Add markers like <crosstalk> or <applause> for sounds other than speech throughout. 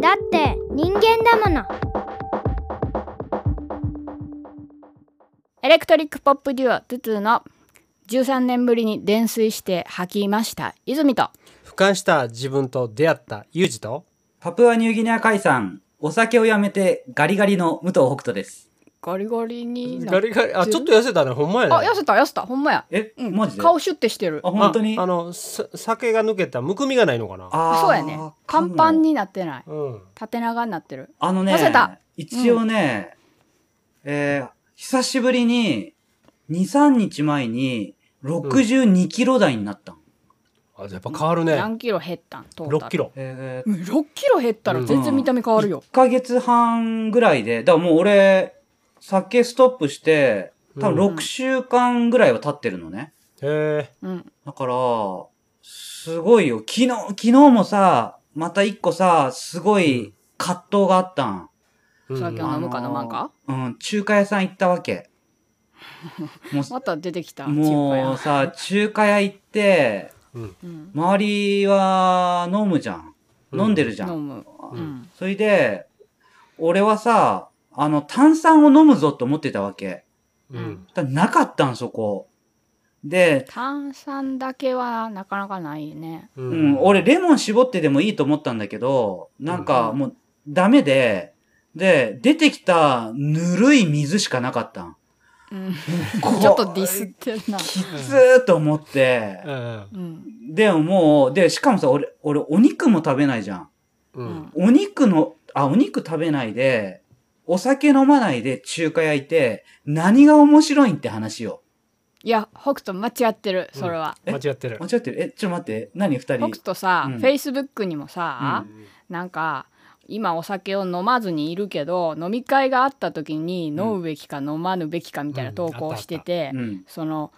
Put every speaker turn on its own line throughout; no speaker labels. だって人間だもの
エレクトリックポップデュオトゥトゥの13年ぶりに伝水して吐きました泉と
俯瞰した自分と出会ったユージと
パプアニューギニア海産、お酒をやめてガリガリの武藤北斗です。
ガリガリにな
ガリガリあちょっと痩せたねほんまやね
あ痩せた痩せたほんまや
え、
うん
マジで
顔シュッてしてる
あ、本当に
ああのさ酒が抜けたむくみがないのかな
あ
あそうやね乾パン
に。
になってない
うん
縦長になってる
あのね
痩せた、
一応ね、えー、久しぶりに、2、3日前に、62キロ台になったん。
あやっぱ変わるね
何キロ減ったんトー
6
タル
キロ
えー
うん6キロ減ったら全然見た目変わるよ
1、ヶ月半ぐらいで、だからもう俺、酒ストップして、多
う
分6週間ぐらいは経ってるのね。
へえ
うん
だから、すごいよ。昨日、昨日もさ、また一個さ、すごい葛藤があったん。
うん
酒を飲むか飲まんか、
うん、中華屋さん行ったわけ。も
また出てきた
う、
チンパ
も
や
う、さ、中華屋行って、
うん、
周りは飲むじゃん。
うん
飲んでるじゃん。
飲む、
う
うんん、
それで、俺はさ、あの、炭酸を飲むぞって思ってたわけ。
うん
だなかったん、そこ。で、
炭酸だけはなかなかないね
う
うん、俺レモン絞ってでもいいと思ったんだけど、なんかもうダメで、で、出てきたぬるい水しかなかったん。
うん
こ
ちょっとディスってるな。
きつーと思って
う、ん
うん。
でももう、で、しかもさ、俺、俺お肉も食べないじゃん。
う
うんん。
お肉の、あ、お肉食べないで、お酒飲まないで中華焼いて、何が面白いんって話よ。
いや、北斗間違ってる、それは。
え
間違ってる
間違ってるえ、ちょっと待って、何二
北
人。
斗さ、
うん
Facebook にもさ、なんか、今お酒を飲まずにいるけど、飲み会があった時に飲むべきか飲まぬべきかみたいな投稿してて、
うん。
その、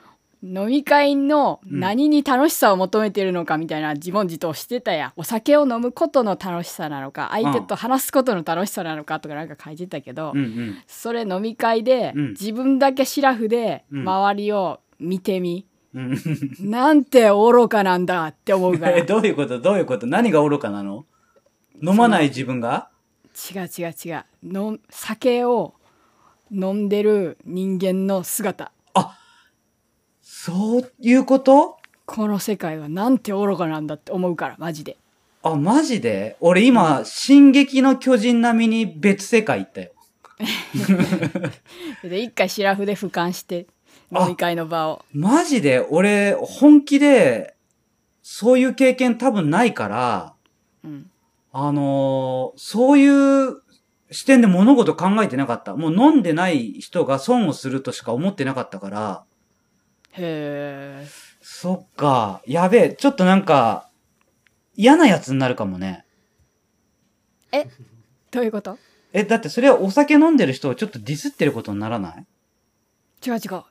飲み会の何に楽しさを求めてるのかみたいな自問自答してたやんお酒を飲むことの楽しさなのか相手と話すことの楽しさなのかとかなんか書いてたけど、
うんうん。
それ飲み会で、
うん
自分だけシラフで
うん
周りを見てみ、
うん
なんて愚かなんだって思うから
<laughs> え、
違う
どういうことどういうこと何が愚かなの飲まない自分が
違う違うの酒を飲んでる人間の姿
そういうこと
この世界はなんて愚かなんだって思うからマジで
あ、マジで俺今、進撃の巨人並みに別世界行ったよ。
で一回シラフで俯瞰して飲み会の場を
マジで俺、本気で、そういう経験多分ないから、
うん
あのーそういう視点で物事考えてなかった。もう飲んでない人が損をするとしか思ってなかったから、
へえ
そっか、やべえ、ちょっとなんか、嫌なやつになるかもね。
どういうこと
え、だってそれはお酒飲んでる人をちょっとディスってることにならない
違う違うディ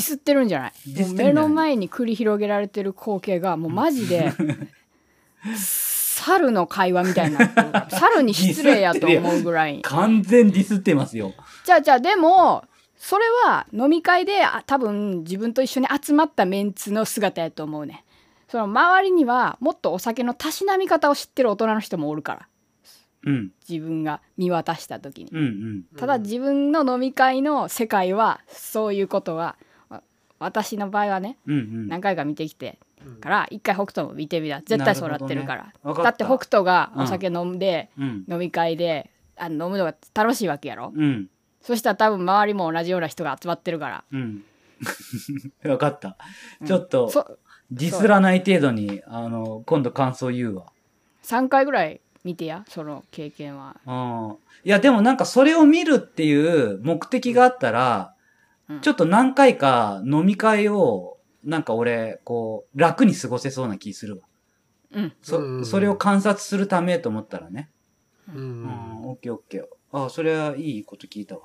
スってるんじゃない
ディスってるんじゃな
も目の
いう
前に繰り広げられてる光景がもうマジ
<laughs>
で猿の会話みたいになってるから猿に失礼やと思うぐらい
完全ディスってますよ。
じゃあじゃあでもそれは飲み会であ多分自分と一緒に集まったメンツの姿やと思うねその周りにはもっとお酒のたしなみ方を知ってる大人の人もおるから
うん、
自分が見渡した時に
うん、うん。
ただ自分の飲み会の世界はそういうことはわ私の場合はね
うんうん。
何回か見てきてから一回北斗も見てみた絶対そうなってるから
なるほどねわか
だ
った
って北斗がお酒飲んで、
うん。
飲み会であの飲むのが楽しいわけやろ、
うん。
そしたら多分周りも同じような人が集まってるから
うん。 <laughs> わかった。ちょっと、
そ
ディスらない程度に、あの、今度感想言うわ。
3回ぐらい見てやその経験は、
うん。いや、でもなんかそれを見るっていう目的があったら、
うん
ちょっと何回か飲み会を、なんか俺、こう、楽に過ごせそうな気するわ。
うん、
そ、
うん
それを観察するためと思ったらね。
う
うん、
ん
オッケーオッケー。あそれはいいこと聞いたわ。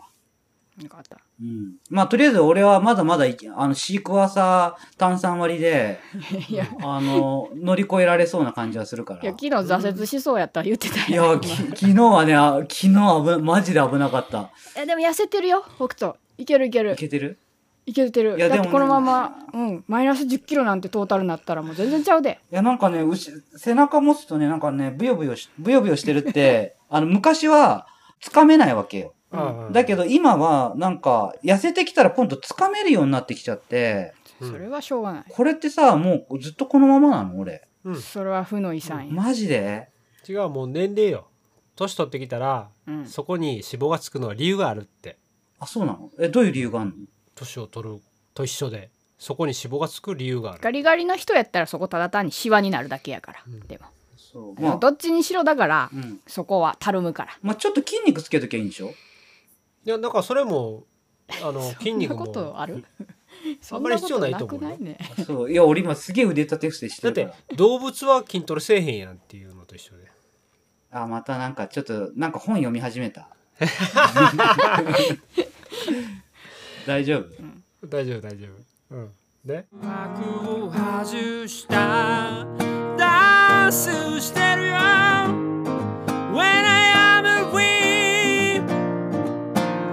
よかった
うん。まあ、とりあえず俺はまだまだいけ、あの、シークワーサー炭酸割りで、
いや
あの、乗り越えられそうな感じはするから。
いや昨日挫折しそうやったら言ってた
い
やん
や、
<laughs>
き昨日はね、あ昨日危な、マジで危なかった。
えでも痩せてるよ北斗いけるいける
いけてる
いいけてる
いや
だっ
で
て
も
このまま、うん、マイナス1 0キロなんてトータルになったらもう全然ちゃうで
いや、なんかね、うし、背中持つとね、なんかね、ブヨブヨし、ブヨブヨしてるって、あの、昔は、つかめないわけよ。
うん
だけど、今は、なんか、痩せてきたら今度つかめるようになってきちゃって、
うん
それはしょうがない、
これってさ、もうずっとこのままなの俺。
うん
それは負の遺産や、
マジで
違うもう年齢よ年取ってきたら、
うん、
そこに脂肪がつくのは理由があるって
あ、そうなのえ、どういう理由があるの
年を取ると一緒でそこに脂肪がつく理由がある
ガリガリの人やったらそこただ単にシワになるだけやから、
うん
でも、
そう。まあ、
どっちにしろだから、
うん。
そこはたるむから
まあ、ちょっと筋肉つけときゃいいんでしょ
いやだからそれもあ
<laughs>
の筋肉も
そんなことある
あんまり必要ないと思うよ
そんなことなくないね
あそう。いや、俺今すげえ腕立て伏せして
だっ
るから。
て動物は筋トレせえへんやんっていうのと一緒で
あ、またなんかちょっと、なんか本読み始め <laughs> た。大丈夫
大丈夫大丈夫うんで
幕を外したダンスしてるよ When I am with you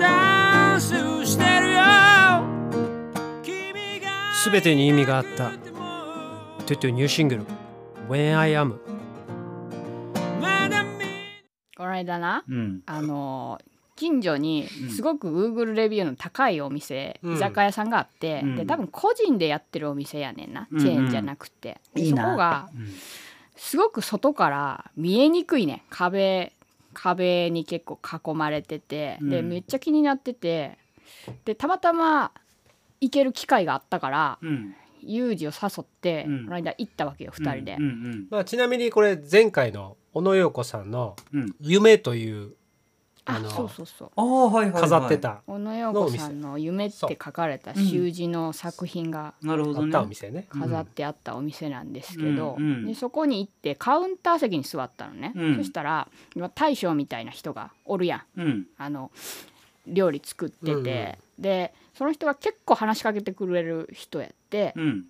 ダンスしてるよ君が
すべてに意味があったトゥトゥニューシングル「When I Am
まだ見
この間な
うん。
あのー近所に
うん
すごく Google レビューの高いお店、
うん
居酒屋さんがあって、
うん
で多分個人でやってるお店やねんな、
うんうん
チェーンじゃなくてで
いいな
そこが
うん
すごく外から見えにくいね壁壁に結構囲まれてて、で
うん
めっちゃ気になっててでたまたま行ける機会があったから
うん。
ユージを誘って、
うん
この間行ったわけよ2人で、
うんうん」
まあちなみにこれ前回の小野陽子さんの
うん。う
「
ん
夢」というあ
あ
の
そうそうそう
ああ、はいはい、はい。
飾って。た
小野陽子さんの「夢」って書かれた
そううん
習字の作品が
なるほ
あ
ど
っ
ね。
たお店ね
飾ってあったお店なんですけど、
うんうん
でそこに行ってカウンター席に座ったのね、
うん
そしたらまあ大将みたいな人がおるやん
うん。
あの料理作ってて、
うんう
でその人が結構話しかけてくれる人やって、
うん。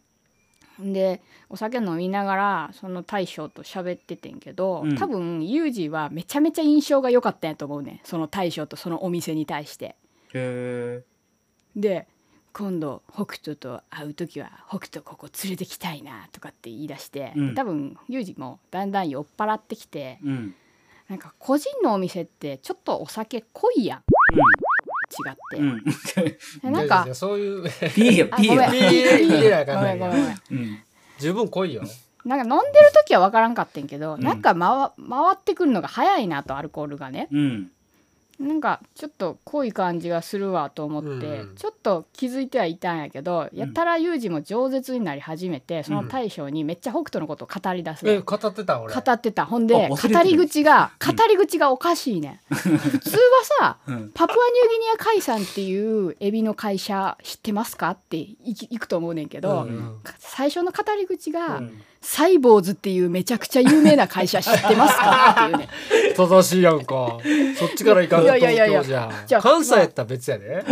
でお酒飲みながらその大将と喋っててんけど、
うん
多分ユージはめちゃめちゃ印象が良かったんやと思うねその大将とそのお店に対して。
へえ。
で今度北斗と会う時は北斗ここ連れてきたいなとかって言い出して、
うん
多分ユージもだんだん酔っ払ってきて
うん。うん。
なんか個人のお店ってちょっとお酒濃いやん違って、
うん。
でなんか
いやいやそういう <laughs>
ピーよ、
あ
ピー
ごめん
よ。
ピー入れなあか
ご
んね
めん
ん
ごめんごめん
うん。
十分濃いよ
なんか飲んでる時は分からんかったんけど、
ん
なんか回回ってくるのが早いなとアルコールがね
うん。
なんかちょっと濃い感じがするわと思って、
うん
ちょっと気づいてはいたんやけど、やたらユージも饒舌になり始めてその大将にめっちゃ北斗のことを語り出すの、
え語ってた俺
語ってたほん
あ
で
忘れてた
語り口が
う
語
ん
り口がおかしいね、ん、普通はさ
うん。
パプアニューギニア海産っていうエビの会社知ってますかっていき行くと思うねんけど、
うんうん
か最初の語り口が、
ん
サイボーズっていうめちゃくちゃ有名な会社知ってますかっていうね
正しいやんかそっちからいかんと
いやいやいやい
東
や
京じゃん
じゃあ
関西やったら別やで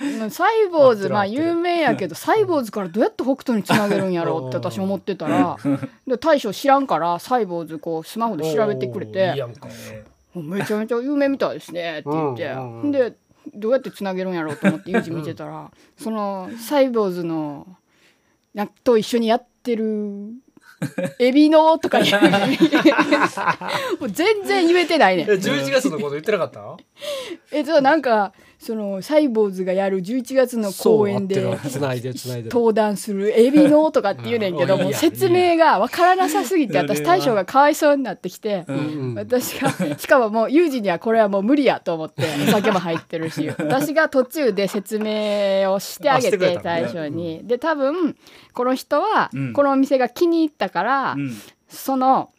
うんサイボーズ
合
まあ
ってる合ってる
有名やけどサイボーズからどうやって北斗につなげるんやろうって私思ってたらで大将知らんからサイボーズこうスマホで調べてくれ
お
て
ーいいやんか
もうめちゃめちゃ有名みたいですねって言って、
うんうんうん
でどうやってつなげるんやろうと思ってユージ見てたら、そのサイボーズのなんと一緒にやってる
<laughs>
エビのとか言うもう全然言えてないねん
え11月のこと言ってなかった
えそうなんかそのサイボーズがやる11月の公演で
そう合ってるつないでつないで
登壇するエビのとかって言うねんけど、
うんうん
も
いういや
説明がわからなさすぎて
それは
私大将がかわいそうになってきて。
うんうん
私がしかももうユージにはこれはもう無理やと思ってお酒も入ってるし私が途中で説明をしてあげ
あしてくれ
て
たのね
大将に、で多分この人は
うん
このお店が気に入ったから、
うん。
その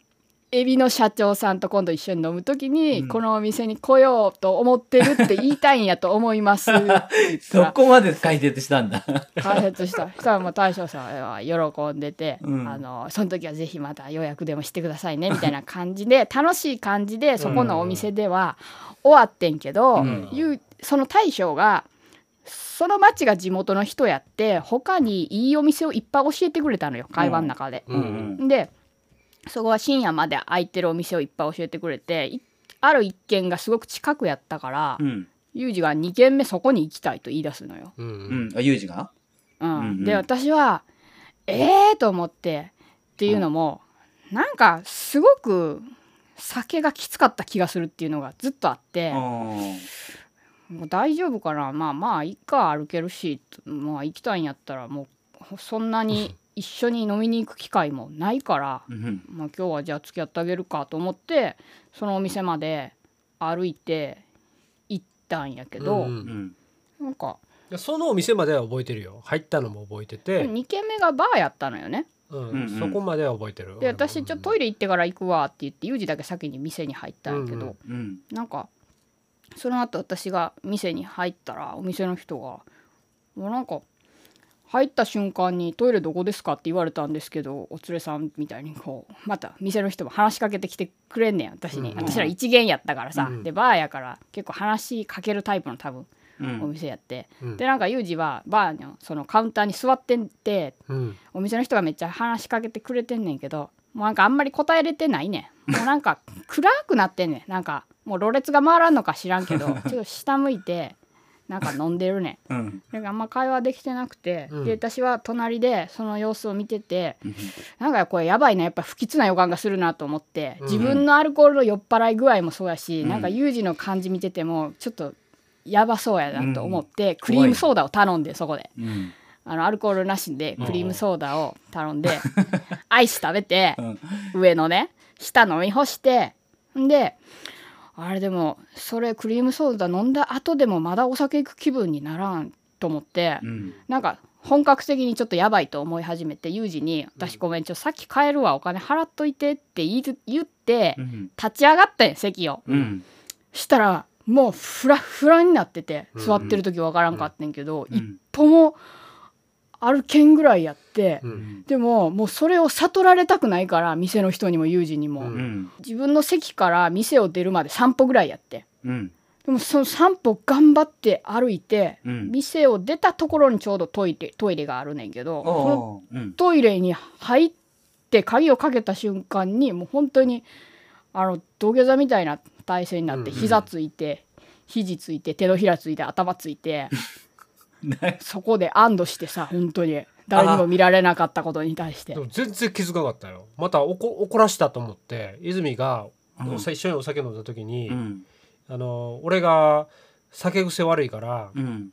エビの社長さんと今度一緒に飲む時に、
うん
このお店に来ようと思ってるって言いたいんやと思いますって言った
そ
ら
こまで解説したんだ。
解説した <laughs> そしたらもう大将さんは喜んでて、
うん
あのその時はぜひまた予約でもしてくださいねみたいな感じで <laughs> 楽しい感じでそこのお店では終わってんけど、
うん
ゆうその大将がその町が地元の人やって他にいいお店をいっぱい教えてくれたのよ会話の中で。
うんうん
でそこは深夜まで空いてるお店をいっぱい教えてくれていある一軒がすごく近くやったから、
うん。
ユージが2軒目そこに行きたいと言い出すのよ。
う
うんん。あ、ユージが
うん
うんうん
で私はええー、と思ってっていうのも、なんかすごく酒がきつかった気がするっていうのがずっとあって、
うん。
もう大丈夫かなまあまあいいか歩けるしまあ行きたいんやったらもうそんなに一緒に飲みに行く機会もないから、
うん。
まあ、今日はじゃあ付き合ってあげるかと思ってそのお店まで歩いて行ったんやけど、
う
うん
ん。
なんか
そのお店までは覚えてるよ入ったのも覚えてて、
2軒目がバーやったのよね。
うん
うんうん
そこまでは覚えてる
で私ちょっとトイレ行ってから行くわって言ってユージだけ先に店に入ったんやけど、
うんうん
うん。
なんかその後私が店に入ったらお店の人が「もうなんか入った瞬間にトイレどこですか?」って言われたんですけどお連れさんみたいにこうまた店の人も話しかけてきてくれんねん私に、
うん
私ら一元やったからさ、
うん
でバーやから結構話しかけるタイプの多分
う
お
ん。
店やって、
うん
でなんかユージはバーのそのカウンターに座ってて
うん
お店の人がめっちゃ話しかけてくれてんねんけどもうなんかあんまり答えれてないねんもうなんか暗くなってんねんなんかもうろれつが回らんのか知らんけどちょっと下向いてなんか飲んでるね
うん。
んなんかあんま会話できてなくて、
うん
で私は隣でその様子を見ててなんかこれやばいなやっぱ不吉な予感がするなと思って
うん
自分のアルコールの酔っ払い具合もそうやし、
うん
なんかユージの感じ見ててもちょっとやばそうやなと思って、クリームソーダを頼んでそこで。
うん。
あのアルコールなしでクリームソーダを頼んで、 <laughs> アイス食べて、
ん
上のね下飲み干してんであれでもそれクリームソーダ飲んだ後でもまだお酒行く気分にならんと思って、
うん。
なんか本格的にちょっとやばいと思い始めてユージに「私ごめんちょさっき帰るわお金払っといて」って言い言って、
うん。
立ち上がったんよ席を。
うん。
したらもうフラフラになってて
うん
座ってる時わからんかってんけど、
うん
一歩も歩けんぐらいやって、
うん
でももうそれを悟られたくないから店の人にも友人にも、
う
うん。うん。
自分の席から店を出るまで散歩ぐらいやって
うん。
でもその散歩頑張って歩いて、
うん
店を出たところにちょうどトイレトイレがあるねんけどその
おーうん。
トイレに入って鍵をかけた瞬間にもう本当にあの土下座みたいな体勢になって
うんうん
膝ついて、肘ついて手のひらついて頭ついてそこで安堵してさ本当に誰にも見られなかったことに対して
でも全然気づかなかったよまた怒怒らしたと思って泉が
うん
一緒にお酒飲んだ時に、
うん。
あの俺が酒癖悪いから、
うん。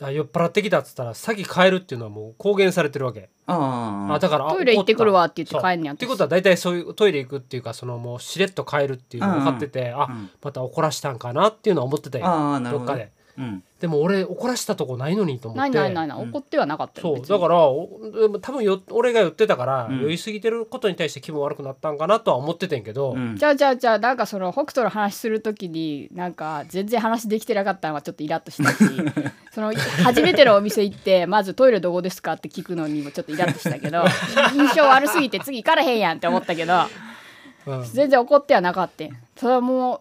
あ酔っ払ってきたっつったら先帰るっていうのはもう公言されてるわけ、
あ
あ
あ。
だからあ
トイレ行ってくるわって言って
怒た
帰んねや
そう
ん
っていうことは大体そういうトイレ行くっていうかそのもうしれっと帰るっていうのを分かってて、あ、
うん
また怒らしたんかなっていうのは思ってたよ
ああ、な
ど
るほ
っ
ど
か
ね。
で
うん。
でも俺怒らしたとこないのにと思
な
っ
い
て
ないないない、
うん
怒ってはなかったよ
そう
別
だ
に
からおでも多分よ俺が酔ってたから、
うん
酔いすぎてることに対して気分悪くなったんかなとは思っててんけど、
うん
じゃあじゃあじゃあなんかその北斗の話するときになんか全然話できてなかったのはちょっとイラッとしたし
<laughs>
その初めてのお店行ってまずトイレどこですかって聞くのにもちょっとイラッとした
<laughs>
けど印象悪すぎて次行かれへんやんって思ったけど
うん
全然怒ってはなかったただもう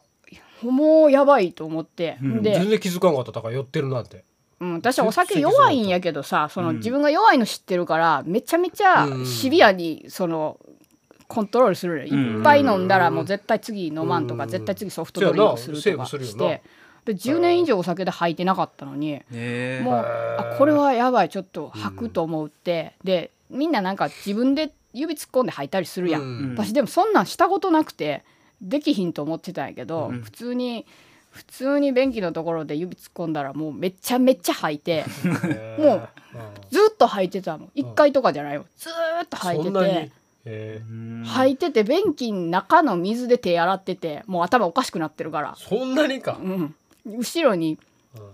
もうやばいと思って、
うん
で
全然気づかんかっただから酔ってるなんて
うん、私はお酒弱いんやけどさその
うん
自分が弱いの知ってるからめちゃめちゃシビアにそのコントロールするのよ、
うん
いっぱい飲んだらもう絶対次飲まんとか、
うん
絶対次ソフトドリンクするとか
そうやなセーブ
し
するよ
てで10年以上お酒で吐いてなかったのに
ねえ。
もうあこれはやばいちょっと吐くと思って、でみんななんか自分で指突っ込んで吐いたりするやん、
うん
私でもそんなんしたことなくてできひんと思ってたんやけど、
うん
普通に普通に便器のところで指突っ込んだらもうめちゃめちゃ吐いて
へー
もう
うん
ずっと吐いてたもん1回とかじゃないよずーっと吐いて
そんなに
て
えー
吐いてて便器の中の水で手洗っててもう頭おかしくなってるから、
そんなにか
うん、後ろに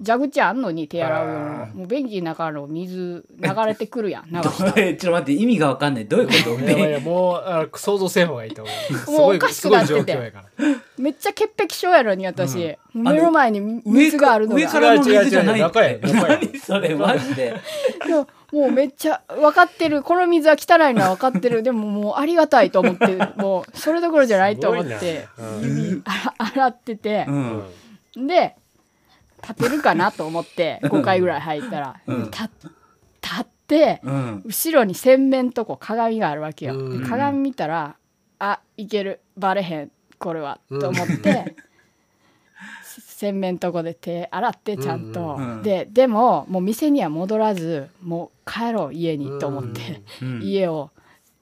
蛇口あんのに手洗うようなもう便器の中の水流れてくるやん流し
<laughs> どれちょっと待って、意味がわかんない。どういうこと
やばいやもうあ想像せん方がいいと思うす
<laughs> もう
ご
お
い
かしくなって
す
て
ごい状況やから
めっちゃ潔癖症やのに私、
の
目の前に
上
水
か
があるの
上
が
からの水じゃないっ
違う違
て
う違う中や中や
何それマジで
いやもうめっちゃ分かってるこの水は汚いのは分かってるでももうありがたいと思ってもうそれどころじゃないと思って
すごいな
指あら洗ってて
う、
うん
ん
で立てるかなと思って5回ぐらい入ったら、
うん
立立って
うん
後ろに洗面とこう鏡があるわけよ。
うん
で鏡見たらあいけるバレへんこれは、
うん
と思って、せ <laughs> 洗面とこで手洗ってちゃんと、
うんうん
ででももう店には戻らずもう帰ろう家にと思って、
うん
家を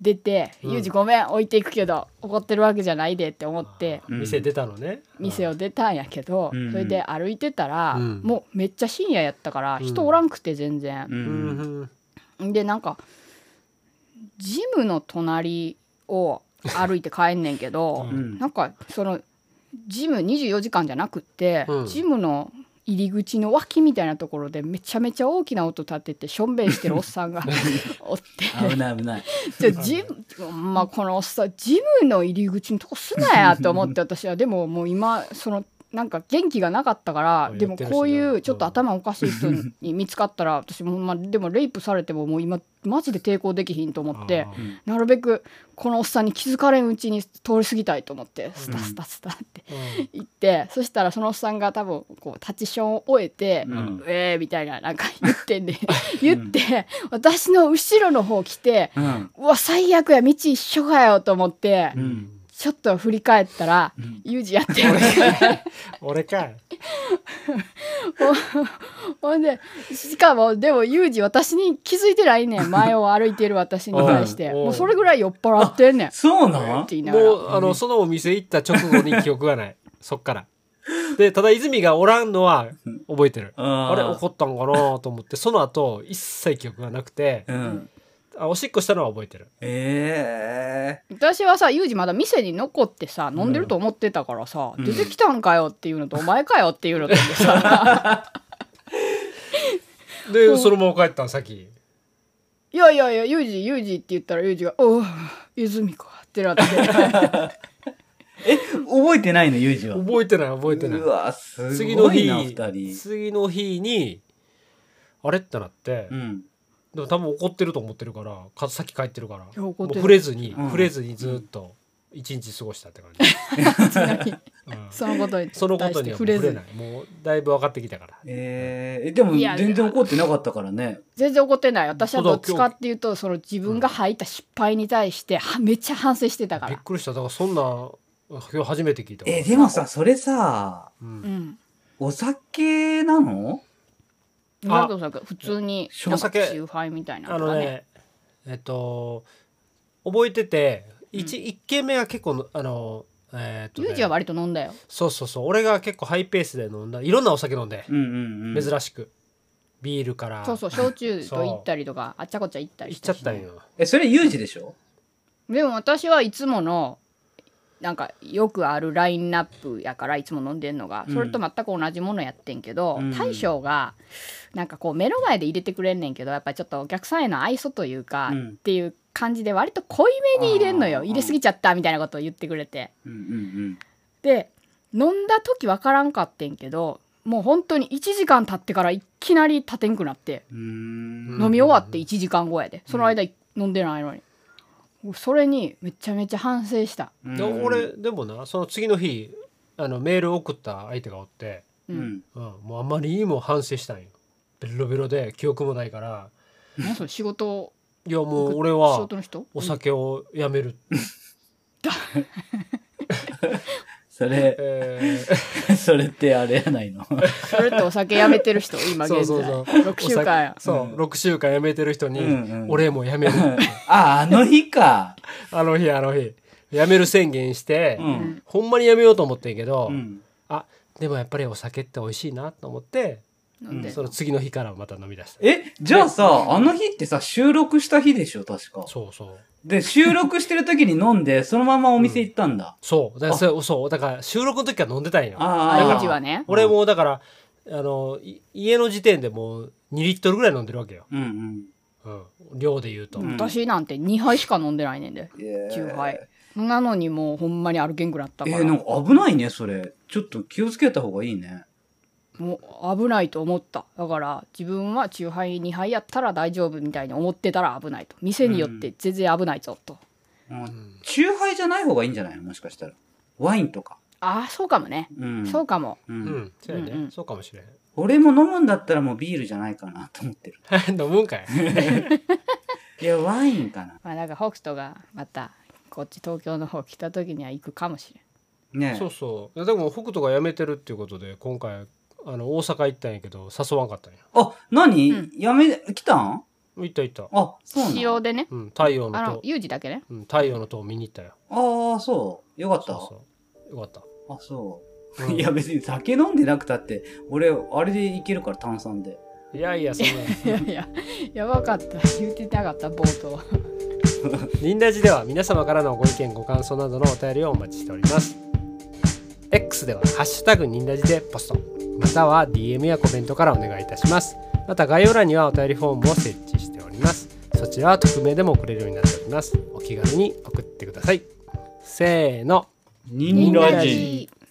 出て「
うん
ユージごめん置いていくけど怒ってるわけじゃないで」って思って
うん
店出たのね
店を出たんやけど、
うん
それで歩いてたら、
うん
もうめっちゃ深夜やったから
うん
人おらんくて全然
う
う、。
んん
でなんかジムの隣を歩いて帰んねんけど、
うん
うん
なんかそのジム24時間じゃなくって、
うん
ジムの入り口の脇みたいなところでめちゃめちゃ大きな音立ててしょんべんしてるおっさんが <laughs> おって
危ない危ない。
じゃあジム、まあ、このおっさんジムの入り口のとこすなやと思って私はでももう今そのなんか元気がなかったから
あ
でも
やってる
こうい
人だ
うちょっと頭おかしい人に見つか
<laughs>
ったら私も、まあ、でもレイプされてももう今マジで抵抗できひんと思って
あ
うん
なるべくこのおっさんに気づかれんうちに通り過ぎたいと思ってスタスタスタって
ー
行ってそしたらそのおっさんが多分こうタチションを終えて「
うん
えー」みたいななんか言ってんで言って私の後ろの方来て。
うん。
うわ最悪や道一緒かよと思って、
う
うん
ん。
ちょっと振り返ったら、
ん
ユージやってる
<laughs> 俺かい
ほんでしかもでもユージ私に気づいてないねん前を歩いてる私に対して
おうおう
もうそれぐらい酔っ払ってんねんって
そうなん
言いながら
もうあのそのお店行った直後に記憶がない <laughs> そっからでただ泉がおらんのは覚えてる
あ
あれ怒ったのかなと思ってその後一切記憶がなくて
うん。
あおしっこしたのは覚えてる
え
私はさユージまだ店に残ってさ飲んでると思ってたからさ、
うん
出てきたんかよっていうのとお前かよっていうのとでさ
でそのまま帰ったの先
いやいやいやユージユージって言ったらユージが「おう泉か」ってなって
え。え、覚えてないの、ユージは。
覚えてない覚えてないう
わ、す
次の
ごい
日
な、二人。
次の日にあれってなって、
うん。
でも多分怒ってると思ってるからかさっき帰ってるから
や怒
<laughs> も
っ
う
てる
触れずに、
うん
触れずにずっと一日過ごしたって感じ、
その日
うん
<laughs> そのことに
そのこ
対
と
し
に
て
はも
触
う
れ
触
ず
れないもうだいぶ分かってきたから
えーえ、でも
いや
全然怒ってなかったからね。
全然怒ってない私は
そうだ
どっちかっていうとその自分が入った失敗に対してはめっちゃ反省してたか
びっ
ら、
くりしただからそんな今日初めて聞いた
え、でもさ、それさ、
うん
うん、
お酒なの
なんかさ普通に
しょ
なんか
酒
酎ハイみたいな
あ
の
の
がね
ねえっと覚えてて 1,、一軒目は結構あのえっとね
ユージは割と飲んだよ
そうそうそう俺が結構ハイペースで飲んだいろんなお酒飲んで、
うんうんうん。
珍しくビールから
そうそう焼酎と行ったりとかあっちゃこっちゃ行ったり
行っ
し
ちゃ
た
ったんよ
え、それユージでしょ
でも私はいつものなんかよくあるラインナップやからいつも飲んでんのが
うん
それと全く同じものやってんけど、
うん
大将がなんかこう目の前で入れてくれんねんけどやっぱりちょっとお客さんへの愛想というか、
うん
っていう感じで割と濃いめに入れんの
あ
よ
ー
入れすぎちゃったみたいなことを言ってくれて
うんうん
で飲んだ時分からんかってんけどもう本当に1時間経ってからいきなり立てんくなって
うん。うーん。
飲み終わって1時間後やでその間飲んでないのにそれにめちゃめちゃ反省した
うん
で俺でもなその次の日あのメール送った相手がおって、
う
うんん。
うん、もうあまりにも反省したんよベロベロで記憶もないから
何それ仕事を
いやもう俺
仕
は
事の人
お酒をやめる、
それ、 <laughs>
えー
それってあれやないの。 <laughs>
それってお酒やめてる人今現在
<laughs> そうそう
6週間や
お酒そう、
うん
6週間やめてる人に、
うんうん
俺もやめる
あ、あの日か。
あの日あの日やめる宣言して、
うん。
ほんまにやめようと思ってんけど、
うん。
あでもやっぱりお酒って美味しいなと思って
飲んで
その次の日からまた飲み出した
え、じゃあさ、あの日ってさ、収録した日でしょ、確か。
そうそう
で、収録してる時に飲んで、そのままお店行ったんだ。
そうだからそれそうだから収録の時から飲んでたんよ
あ
あ
あ、
ユージは。ね
俺もだからあのい家の時点でもう2リットルぐらい飲んでるわけよ、
うん
うん、量で言うと、
うん
私なんて2杯しか飲んでないねんで
うん。え
9杯なのにもうほんまに歩けんくなった
え
か
ー、なん
ら
か危ないね、それ。ちょっと気をつけた方がいいね。
もう危ないと思っただから自分は酎ハイ2杯やったら大丈夫みたいに思ってたら危ないと店によって全然危ないぞと
うんチューハイじゃない方がいいんじゃないのもしかしたら。ワインとか。
ああそうかもね
うん。
そうかも
う。
うんんそうやね、
うんうん
そうかもしれん
俺も飲むんだったらもうビールじゃないかなと思ってる。
飲むん <laughs> かい
いや、ワインかな。
まあだから北斗がまたこっち東京の方来た時には行くかもしれん
ね
そうそういやでも北斗が辞めてるっていうことで今回あの大阪行ったんやけど誘わんかったんや
あ、何、
うん
やめ、来たん
行った行った、
あ、そうなの
塩でね
うん、太
あ
陽の
の
塔、
ユージだけね
うん、太陽の塔見に行ったよ
ああ、そう。よかっ
そ
た。
うそうよかっ
あ、そう。
た、うん
<laughs> いや、別に酒飲んでなくたって、俺、あれでいけるから、炭酸で。
いやいやそんな
いやいややばかった言ってなかった冒頭
リンダジでは皆様からのご意見ご感想などのお便りをお待ちしております X では「ハッシュタグニンダジ」でポストまたは DM やコメントからお願いいたしますまた概要欄にはお便りフォームを設置しておりますそちらは匿名でも送れるようになっておりますお気軽に送ってくださいせーの
ニ
みん
ン
な
ラ
ラ
ジ
ジ